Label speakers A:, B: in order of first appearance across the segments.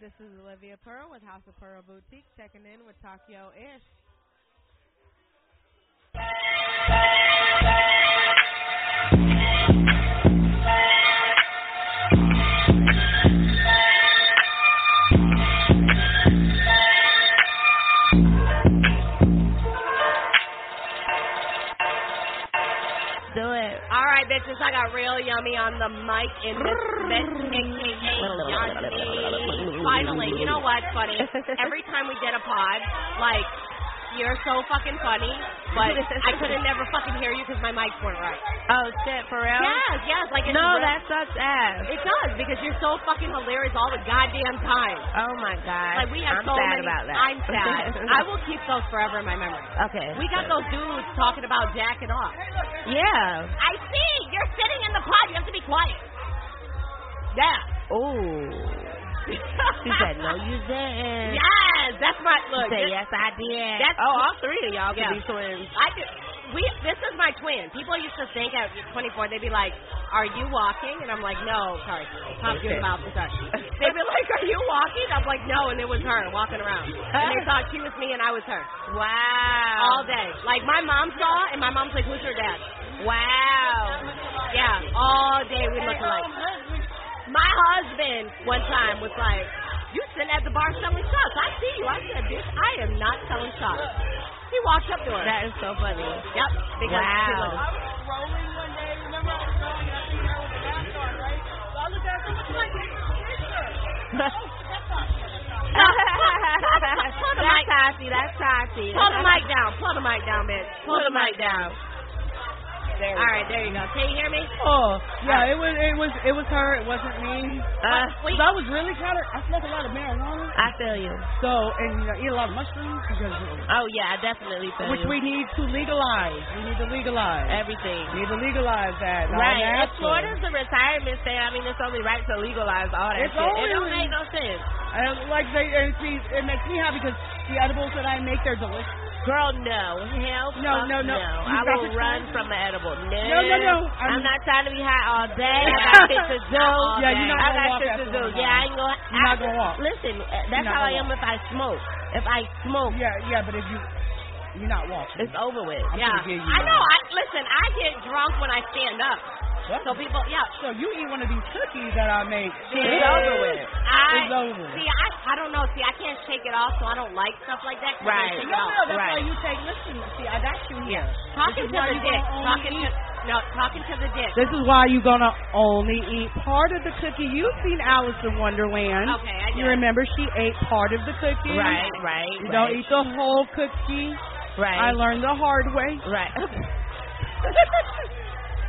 A: This is Olivia Pearl with House of Pearl Boutique checking in with Takio Ish.
B: Do it.
C: All right, bitches, I got real yummy on the mic in this bitch, aka Yasmin. Finally, you know what's funny? Every time we did a pod, like, you're so fucking funny, but I could have never fucking hear you because my mics weren't right.
B: Oh shit, for real?
C: Yes, yes, like it's
B: No,
C: real.
B: that sucks ass.
C: It does because you're so fucking hilarious all the goddamn time.
B: Oh my god.
C: Like we
B: I'm
C: have so
B: sad
C: many.
B: about that.
C: I'm sad. I will keep those forever in my memory.
B: Okay.
C: We got those dudes talking about jacking off.
B: Yeah.
C: I see. You're sitting in the pod. You have to be quiet. Yeah.
D: Oh.
B: Ooh. She said no, you didn't.
C: Yes, that's my
B: She
C: look.
B: said
C: this-
B: yes, I did.
C: That's-
B: oh, all three of y'all
C: Yeah.
B: can be twins.
C: I do, we this is my twin. People used to think at 24 they'd be like, "Are you walking?" And I'm like, "No, sorry, pop
B: Okay.
C: your mouth." Sorry. They'd be like, "Are you walking?" I'm like, "No," and it was her walking around. And they thought she was me and I was her
B: Wow.
C: all day. Like my mom saw, and my mom's like, "Who's your dad?"
B: Wow.
C: Yeah, all day we look alike. My husband one time was like, "You sitting at the bar selling shots? I see you." I said, "Bitch, I am not selling shots." He walked up to her.
B: That is so funny.
C: Yep.
B: Wow.
C: Because she was-
E: I was rolling one day. Remember, I was rolling. I think I was a NASCAR, right? So I looked at her.
C: "Oh
E: Look at my picture. Oh, that's not. That's not.
C: Pull the
B: That's
C: mic.
B: Tati. That's Tati.
C: Pull the mic down. Pull the mic down, bitch. Pull the mic down.
B: There we
C: All right, there you go. Can you hear me?
E: Oh, yeah, it was it was it was her, it wasn't me.
B: Uh,
C: Wait.
E: I was really kind of I smoked a lot of marijuana,
B: I feel you.
E: so and you know, eat a lot of mushrooms because
B: Oh yeah, I definitely feel
E: which
B: you.
E: we need to legalize. We need to legalize.
B: everything.
E: We need to legalize that. all
B: Right. If
E: natural.
B: Florida's a retirement state, I mean, it's only right to legalize all that
E: It's
B: shit. It
E: only-
B: don't make no sense.
E: And like they, it, see, it makes me happy because the edibles that I make, they're delicious.
B: Girl, no. Hell
E: No,
B: fuck
E: no, no. You
B: I
E: got
B: will
E: to
B: run
E: try.
B: from an edible. No.
E: No, no, no.
B: I'm,
E: I'm-
B: not trying to be high all day. I got shit to do.
E: Yeah, you're not
B: I
E: gonna
B: got
E: walk
B: shit to
E: after
B: do.
E: one
B: Yeah,
E: hour.
B: I ain't going to.
E: You're not gonna walk.
B: Listen, uh, that's
E: not
B: how I
E: gonna
B: am if I smoke. If I smoke,
E: Yeah, yeah, but if you, you're not walking.
B: it's over with.
E: I'm
C: Yeah.
E: gonna give you
C: I
E: one.
C: know. I listen. I get drunk when I stand up.
E: What?
C: So people, yeah.
E: So you eat one of these cookies that I make.
B: It's over with.
C: I
E: It's over.
C: see. I I don't know. See, I can't shake it off, so I don't like stuff like that. 'cause I
B: Right.
C: shake it
E: No,
C: off.
E: no, that's
B: Right.
E: why you take. Listen, see, I got you here.
C: Talking to
E: why
C: the
E: you
C: dick.
E: don't
C: Talking to
E: only
C: no. Talking to the dick.
E: This is why you're gonna only eat part of the cookie. You've seen Alice in Wonderland.
C: Okay, I
E: You
C: did.
E: remember she ate part of the cookie.
B: Right, right.
E: You
B: right,
E: don't eat the whole cookie.
B: Right.
E: I learned the hard way.
B: Right.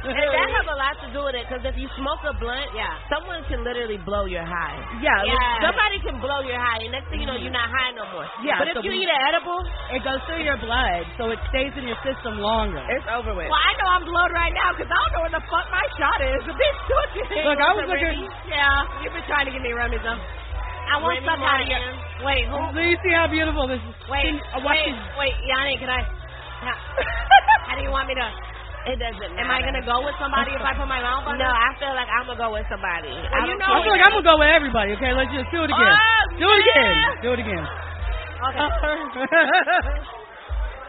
B: and that have a lot to do with it because if you smoke a blunt,
C: Yeah.
B: someone can literally blow your high.
E: Yeah. Mm.
C: Yeah.
B: Somebody can blow your high, and next thing you know, you're not high no more.
E: Yeah,
B: But if
E: so
B: you
E: we-
B: eat an edible,
E: It goes through your blood, so it stays in your system longer.
B: it's over with.
C: Well, I know I'm blown right now because I don't know where the fuck my shot is. The bitch took it.
E: Look, I was looking-
C: Remy? Yeah, you've been trying to get me Remy's though. I want
B: Remy
C: something out of your.
B: Martin.
C: Wait, who?
E: Do you see how beautiful this is?
C: Wait,
E: Can- uh, watch
C: wait,
E: this.
C: wait, Yanni, can I? How, how do you want me to?
B: It doesn't matter.
C: Am I gonna go with somebody if I put my mouth on?
B: No,
C: it?
B: I feel like I'm gonna go with somebody. I
C: you
B: don't
C: know-
E: I
B: care.
E: feel like I'm gonna go with everybody. Okay, let's just do it again.
B: Oh,
E: do it again.
B: yeah.
E: Do it again.
C: Okay.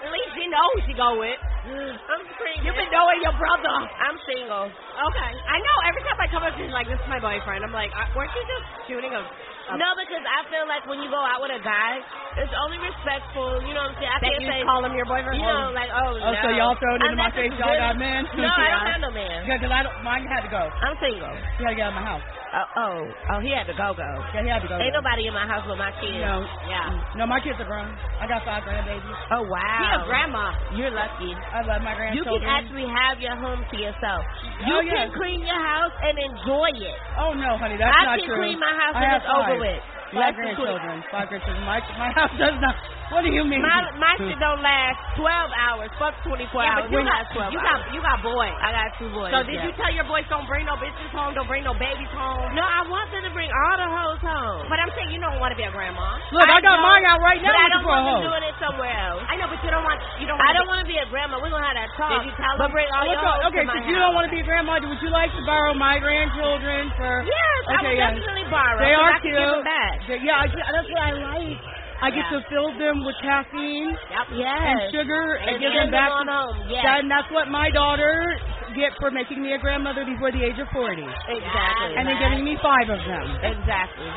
C: At least she knows who she go with. I'm screaming.
B: You've been knowing your brother.
C: I'm single.
B: Okay. I know. Every time I come up, she's like, "This is my boyfriend." I'm like, uh, "Weren't you just shooting a?" a
C: No, because I feel like when you go out with a guy, it's only respectful. You know what I'm saying? I
B: that
C: can't
B: you
C: say,
B: call him your boyfriend?
C: you know, like, oh,
E: Oh,
C: no.
E: so y'all throwing it in my
C: Unless
E: face,
C: it's
E: y'all
C: really-
E: got men?
C: No, I don't have no man.
E: Yeah, because I don't, mine had to go.
C: I'm single.
E: He had to get out of my house.
C: Oh, oh, oh, he had to go go.
E: Yeah, he had to go.
C: Ain't nobody in my house but my kids.
E: No.
C: Yeah.
E: No, my kids are grown. I got five grandbabies.
C: Oh wow.
B: You're a grandma.
C: You're lucky.
E: I love my
C: You
E: grandchildren.
C: can actually have your home to yourself. You
E: Oh, yeah.
C: can clean your house and enjoy it.
E: Oh no, honey, that's
C: I
E: not
C: can
E: true.
C: clean my house
E: I
C: and
E: have
C: it's over
E: five.
C: with. That's
E: Five
C: the queen.
E: grandchildren. Five grandchildren. My my house does not. What do you mean?
C: My my shit don't last twelve hours. Fuck twenty four
B: Yeah, but
C: hours.
B: you
C: It
B: got
C: lasts 12
B: you got
C: hours.
B: you got boys.
C: I got two boys.
B: So did
C: yeah.
B: you tell your boys don't bring no bitches home, don't bring no babies home?
C: No, I want them to bring all the hoes home.
B: But I'm saying you don't want to be a grandma.
E: Look, I, got
C: don't-
E: mine out right now.
C: but I
E: looking
C: don't
E: for a
C: want them
E: hoe.
C: doing it somewhere else.
B: I know, but you don't want you don't.
C: I
B: want
C: don't want to be a grandma. We're gonna have that talk.
B: Did you tell
C: but
B: them?
C: bring all
E: What's
C: your
E: up?
C: hoes
E: Oh,
C: to
E: Okay,
C: my
E: since you
C: house.
E: don't want to be a grandma, would you like to borrow my grandchildren for?
C: Yes, I
E: Okay,
C: would
E: yeah.
C: definitely borrow.
E: They
C: 'cause I
E: are
C: can give
E: cute.
C: them back.
E: They- Yeah, I, get- that's what I like. I get
B: Yeah.
E: to fill them with caffeine
B: Yep.
C: Yes.
E: and sugar and,
C: And
E: give
C: send
E: them back.
C: on home. Yes.
E: That- and that's what my daughter get for making me a grandmother before the age of forty,
C: exactly.
E: and then giving me five of them.
C: Exactly.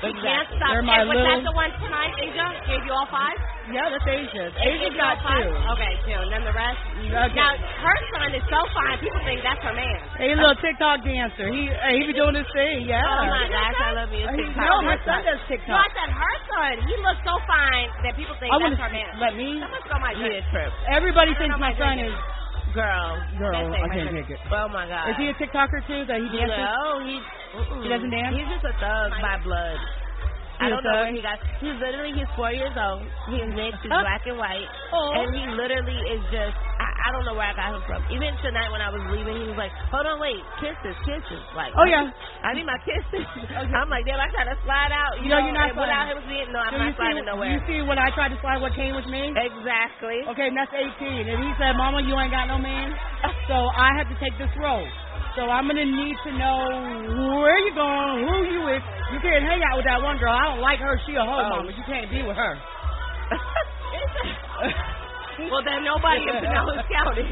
B: You can't
C: Exactly.
B: stop.
E: They're my
B: and was that
E: little-
B: the one tonight, Asia? Gave you all five?
E: Yeah, that's Asia's.
B: Gave
E: Asia's
B: you all
E: got
B: five?
E: two.
B: Okay, two. And then the rest?
E: Okay.
B: Now, her son is so fine, people think that's her man.
E: Hey, little TikTok dancer. He uh, he be doing his thing. Yeah.
C: Oh my gosh, I love you.
E: He-
C: TikTok.
E: no, my son does
B: No, I
E: TikTok.
B: said her son. He looks so fine that people think
E: I want
B: that's
E: to
B: her man.
E: let me.
B: Someone spill my
C: You a
B: drink.
C: trip.
E: Everybody
B: I don't
E: thinks
B: know
E: my
B: my
E: son
B: name.
E: is
C: Girl.
E: girl.
B: That's it, my
E: Okay,
B: son.
E: okay, good.
C: Oh my god.
E: Is he a TikToker too? That he dances?
C: No, he's. mm-mm.
E: He doesn't dance?
C: He's just a thug by blood. I
E: He a
C: don't know where
E: thug?
C: he got. He's literally he's four years old. His mixed is black and white,
E: Oh.
C: and he literally is just. I, I don't know where I got him from. Even tonight when I was leaving, he was like, "Hold on, wait, kisses, kisses." Like,
E: Oh yeah.
C: I need my kisses. I'm like, damn, I try to slide out. You
E: No,
C: know,
E: you're not
C: and without
E: sliding.
C: him seeing, no, I'm
E: Do you
C: not
E: see?
C: sliding
E: do You
C: nowhere. Eh.
E: see when I tried to slide what came with me?
C: Exactly.
E: Okay, and that's 18. And he said, Mama, you ain't got no man. So I had to take this role. So I'm going to need to know where you going, who you with. You can't hang out with that one girl. I don't like her. She a hoe,
C: Oh.
E: Mama. You can't be with her.
B: Well, then nobody in Pinellas County.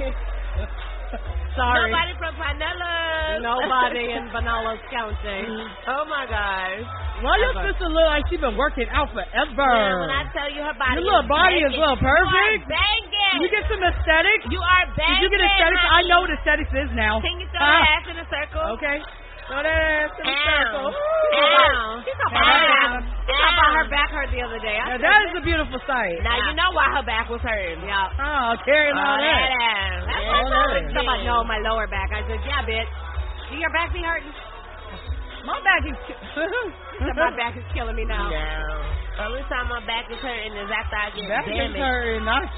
E: Sorry.
C: Nobody from Pinellas.
B: Nobody in Pinellas County.
C: oh my gosh.
E: Well, your
C: Ever.
E: sister look like she been working out
C: Yeah, when I
E: forever.
C: tell you her body,
E: Your little body is
C: banging.
E: little perfect.
C: You are banging.
E: You get some aesthetics.
C: You are
E: Did
C: banging.
E: you get aesthetics? I
C: honey.
E: know what aesthetics is now.
C: Can you throw
E: Ah.
C: that ass in a circle?
E: Okay. Throw that ass in the
C: Ow.
E: circle.
C: Ow.
B: She talked about her back. She talked about her back hurt the other day.
E: Now
B: I
E: that is a beautiful sight.
C: Now you know why her back was hurting.
B: yeah.
E: Oh, carrying
C: Oh,
E: all
C: that
E: that.
C: ass.
B: That's
E: Yeah,
B: what I
E: I know.
B: was about. No, my lower back. I said, yeah, bitch. Do your back be hurting?
E: My back is.
B: She said, my back is killing me now.
C: No. Only time my back is hurting is after I get
E: Back is
C: damaged.
E: hurting. I-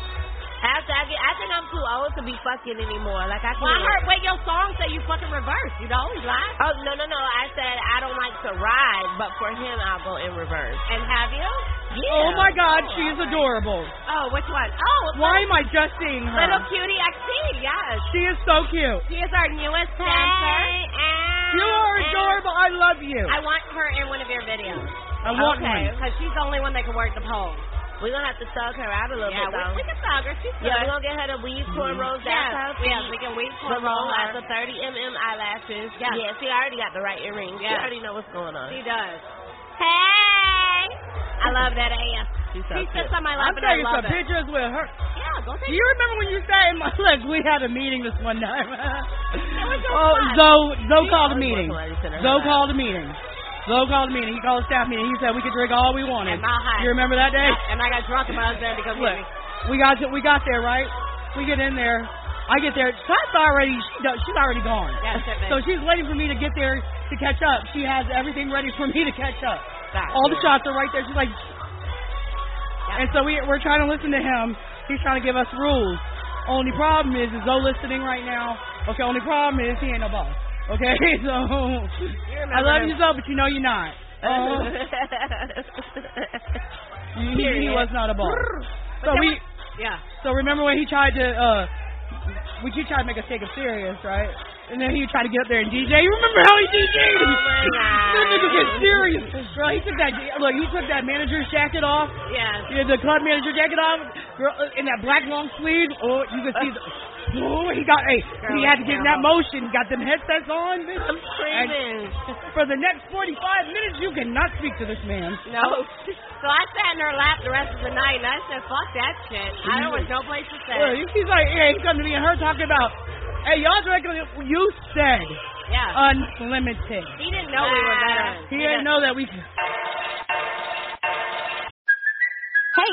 C: After I get, I think I'm too old to be fucking anymore. Like I can't.
B: Well, I heard what your song say you fucking reverse. You don't always lie.
C: Oh no no no! I said I don't like to ride, but for him I'll go in reverse.
B: And have you?
C: Yeah.
E: Oh my God, she's adorable.
B: Oh, which one? Oh,
E: Why am I just seeing
B: Little
E: her?
B: Cutie XT, yes.
E: She is so cute.
B: She is our newest
C: Hey,
B: dancer.
C: ow,
E: You are
C: ow.
E: adorable. I love you.
B: I want her in one of your videos.
E: I want
C: okay.
E: one.
B: Because she's the only one that can work the pole.
C: We're gonna have to thug her out a little
B: Yeah, we,
C: bit though.
B: we can thug her. She's good. Mm-hmm.
C: yeah, we're gonna get her to weave cornrows. That's how
B: yes, yes, we can wait for
C: The long
B: her.
C: the 30 mm eyelashes.
B: Yeah.
C: yeah, she already got the right earrings. She
B: Yeah.
C: already know what's going on.
B: She does.
C: Hey,
B: I love that ass.
C: she's so
B: She
C: cute.
B: sits on my
E: I'm
B: lap and I
E: taking
B: love
E: some
B: it.
E: pictures with her.
B: Yeah, go
E: Do
B: take
E: you remember when you sat in my look? We had a meeting this one time.
B: was so
E: oh,
B: fun.
E: Zoe, Zoe
C: She
E: called a
C: always
E: meeting.
C: wants somebody to send her
E: Zoe
C: back.
E: called a meeting. Zoe called a meeting. He called a staff meeting. He said we could drink all we
B: And
E: wanted.
B: Mile High.
E: You remember that day?
B: And I got drunk and my husband because
E: Look, we got to, we got there right. We get in there. I get there. Scott's already she, no, she's already gone.
B: That's it, babe.
E: so she's waiting for me to get there to catch up. She has everything ready for me to catch up.
C: God,
E: All the
C: yeah.
E: shots are right there. She's like, and so we we're trying to listen to him. He's trying to give us rules. Only problem is, is Zoe listening right now. Okay, only problem is he ain't no boss. Okay, so I love you Zoe, but you know you're not. Oh, he, he
C: Period.
E: was not a boss. So
B: then
E: we.
B: we- Yeah.
E: So remember when he tried to uh we he tried to make us take him serious, right? And then he would try to get up there and DJ. You remember how he DJ'd?
C: Oh, my God.
E: This nigga get serious. Girl, he took that look. He took that manager's jacket off.
C: Yes.
E: He had the club manager jacket off. Girl, uh, in that black long sleeve. Oh, you can see. The, oh, he got. Hey, he had to get in that motion. Got them headsets on. Bitch.
C: I'm screaming.
E: And for the next 45 minutes, you cannot speak to this man.
C: No. So I sat in her lap the rest of the night, and I said, "Fuck that shit. I don't want no place to
E: Where
C: stay."
E: he- He's like, yeah, he's coming to me and her talking about, hey, y'all drinking. You said
C: Yeah.
E: unlimited.
C: He didn't know we were veterans.
E: uh, He didn't know that we could.
D: Hey,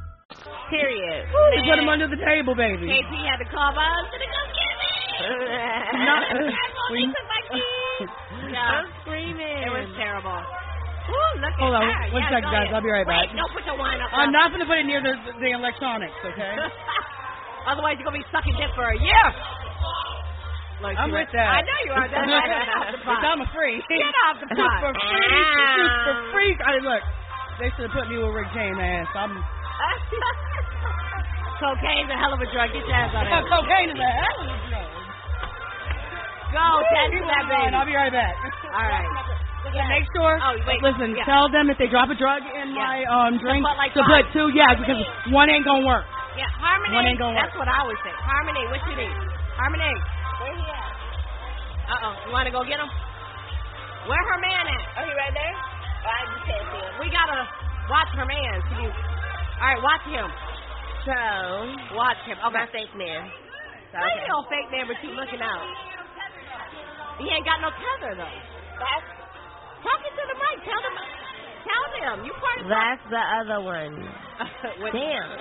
C: Period.
E: He put him under the table, baby.
C: KP had to call by. I'm gonna go get me. That's
E: Not-
C: all they took my keys. Yeah.
B: I'm screaming.
C: It was terrible. Ooh, look
E: Hold
C: at
E: on,
C: her.
E: one
C: yeah,
E: second,
C: go
E: guys.
C: ahead.
E: I'll be right back.
C: Wait, don't put your wine up.
E: I'm
C: up.
E: not gonna put it near the, the electronics, okay?
C: Otherwise, you're gonna be sucking dick for a year. Look,
E: I'm
C: you
E: with
C: were-
E: that.
C: I know you are. That's why I got off the pot.
E: Because I'm a freak.
C: Get off the
E: Shoot
C: pot.
E: for free. Shoot for free. I mean, look, they should have put me with Rick James ass. I'm
C: Cocaine's a hell of a drug. Get your ass out of
E: I'm
C: here.
E: cocaine in the hell of a drug.
C: Go,
E: Oh,
C: tattoo that baby.
E: I'll be right back.
C: All right.
E: And Make sure.
C: Oh, wait.
E: Listen,
C: Yeah.
E: tell them if they drop a drug in my um drink
C: put, like,
E: to
C: five.
E: put two. Yeah, because one ain't gonna work.
C: Yeah, harmony.
E: One ain't gonna
C: That's what I always say. Harmony, what you need? Harmony. Where he at? Uh oh, you want to go get him? Where her man at? Oh, he right there. I just can't see him. We gotta watch her man. She be- All right, watch him.
B: So,
C: Watch him. Oh, Okay.
B: my fake man. So,
C: How you
B: okay.
C: gonna fake man, but you looking out? He ain't got no tether though. That's talking to the mic. Tell them. Tell them. You part of
B: That's the other one.
C: With-
B: Damn.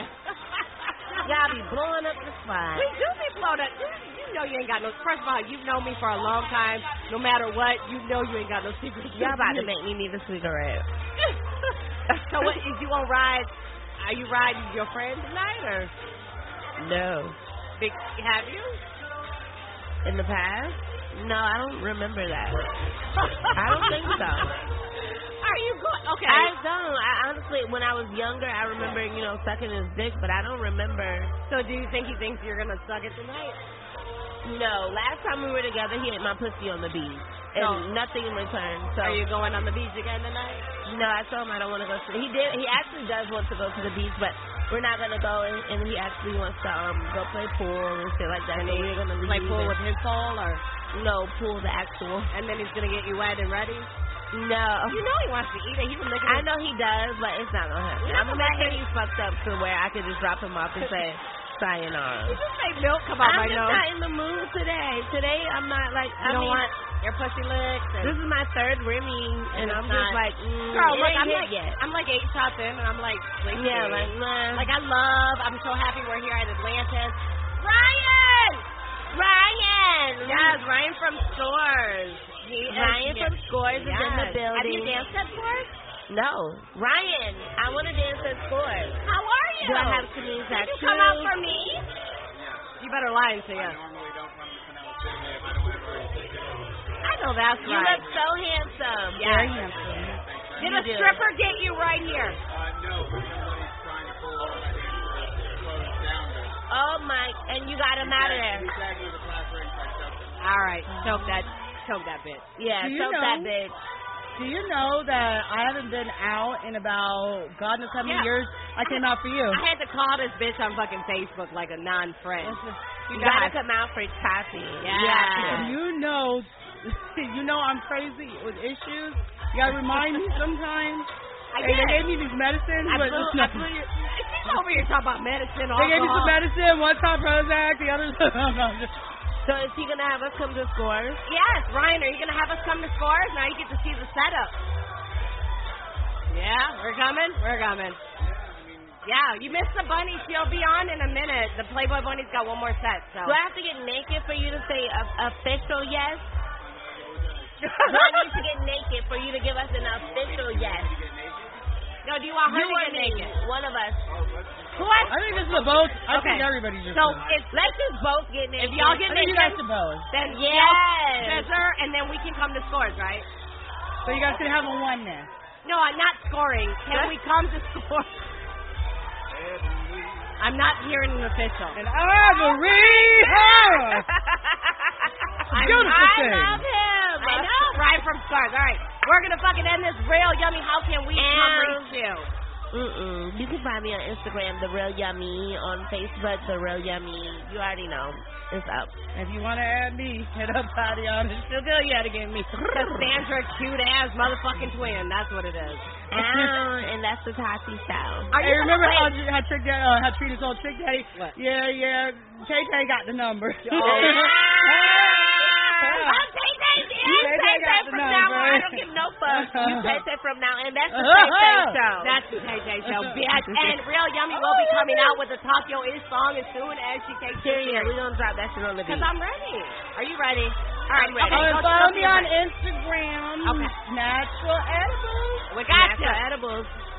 B: Y'all be blowing up the spot.
C: We do be blown up. You, you know you ain't got no. First of all, you've known me for a long time. No matter what, you know you ain't got no secrets.
B: Y'all about to make me need a cigarette.
C: so what is you on ride? Are you riding with your friend tonight or
B: No.
C: big? Have you?
B: In the past? No, I don't remember that. I don't think so.
C: Are you going? Okay.
B: I don't. I honestly, when I was younger, I remember, you know, sucking his dick, but I don't remember.
C: so do you think he thinks you're gonna suck it tonight?
B: No, last time we were together, he ate my pussy on the beach. And nothing in return. So,
C: Oh. Are you going on the beach again tonight?
B: no, I told him I don't want to go to He did. He actually does want to go to the beach, but we're not going to go. And, and he actually wants to um go play pool and shit like that. So we're going to leave.
C: Play
B: and-
C: pool with his pole or?
B: No, pool the actual.
C: And then he's gonna get you wet and ready.
B: No.
C: You know he wants to eat it. He's looking.
B: I know he does, but it's not gonna happen.
C: You
B: I'm
C: know
B: gonna
C: what
B: make sure he's fucked up to where I could just drop him off and say sayonara.
C: Did you say milk come
B: I'm
C: out my
B: just
C: nose?
B: not in the mood today. Today I'm not like I
C: You don't
B: mean,
C: want your pussy licked. And
B: this is my third Remy, and
C: And
B: I'm
C: it's
B: just
C: not-
B: like, mm, it
C: Girl, look,
B: ain't
C: I'm
B: hit
C: like,
B: yet.
C: I'm like eight shots in, and I'm like, sleepy.
B: yeah, like, nah.
C: like I love. I'm so happy we're here at Atlantis. Ryan, Ryan, yes, Ryan from Scores. He is
B: Ryan
C: here.
B: from Scores is in the
C: Yes. Have you
B: building.
C: danced at Scores?
B: no, Ryan, I want to dance at scores.
C: How are you?
B: Do I have to use
C: Did
B: that
C: you come out for me? You better lie and say yes. I know that's
B: You
C: right.
B: look so handsome.
C: Yes. Did a
B: You do.
C: stripper get you right here?
B: Oh my, and you got him out of there.
C: All right, choke that, choke that bitch.
B: Yeah,
E: Do you
B: so
E: know-
B: that bitch.
E: Do you know that I haven't been out in about God knows how many
C: Yeah.
E: years? I came out for you.
C: I had to call this bitch on fucking Facebook like a non-friend.
B: You
C: You
B: gotta
C: guys,
B: come out for coffee.
C: Yeah.
E: You know, you know I'm crazy with issues. You gotta remind me sometimes.
C: I
E: Hey,
C: did.
E: they gave me these medicines,
C: I
E: but
C: blew,
E: it's
C: I
E: nothing.
C: blew your, she's over here talking about medicine,
E: They gave me some
C: alcohol.
E: medicine. One time Prozac, the other. That's
B: So is he gonna have us come to scores?
C: Yes, Ryan, are you gonna have us come to scores? Now you get to see the setup. Yeah, we're coming. We're coming. Yeah, you missed the bunny. She'll be on in a minute. The Playboy bunny's got one more set, so.
B: Do I have to get naked for you to say o- official yes? Do I need to get naked for you to give us an official yes?
C: No, do you want her
B: You
C: to
B: or
C: get
B: me?
C: naked?
B: One of us.
C: Who has
E: I think this is a both. I
C: Okay.
E: think everybody just.
C: So
E: did.
C: if
B: Let's just both get naked.
C: if y'all get
E: I think you guys
C: naked,
E: should both.
C: then
B: Yes.
C: yes, her, and then we can come to scores, right?
E: So you guys should have a one then.
C: No, I'm not scoring. Can we come to scores? I'm not hearing an official.
E: And Ivory
B: uh,
C: I'm-
E: Howard. Beautiful
C: I
E: thing.
C: love him. I know. Right from scars. All right. We're going to fucking end this real yummy. How can we come
B: And-
C: reach you?
B: Mm-mm. You can find me on Instagram, The Real Yummy, on Facebook, The Real Yummy. You already know. It's up.
E: If you want to add me, hit up Patty on it. She'll tell you how to get me.
C: Cassandra, cute ass motherfucking twin. That's what it is.
B: Um, and that's the Tati Show.
C: Are
E: Hey,
C: you
E: remember
C: gonna
E: how,
C: play-
E: how Trick Daddy, uh, how Trina told Trick Daddy? Yeah, yeah, KK got the number.
C: Oh,
B: I'm Tay-Tay, yeah,
E: You Tay-Tay
B: Tay-Tay
E: got the
B: from now on. I
E: number.
B: don't give no fucks. You Tay-Tay from now, and that's the Tay-Tay Show.
C: That's the KJ show, bitch. And Real Yummy will be coming out with a Tokyo Ish song as soon as she takes it
B: Period. We're gonna drop that shit on the beat.
C: Because I'm ready. Are you ready? All right,
B: I'm ready.
C: Okay,
E: Oh, and
C: go-
E: follow
C: go
E: me
C: to your
E: on
C: break.
E: Instagram.
C: Okay.
E: Natural Edibles.
C: We got
B: Natural
C: you.
B: edibles.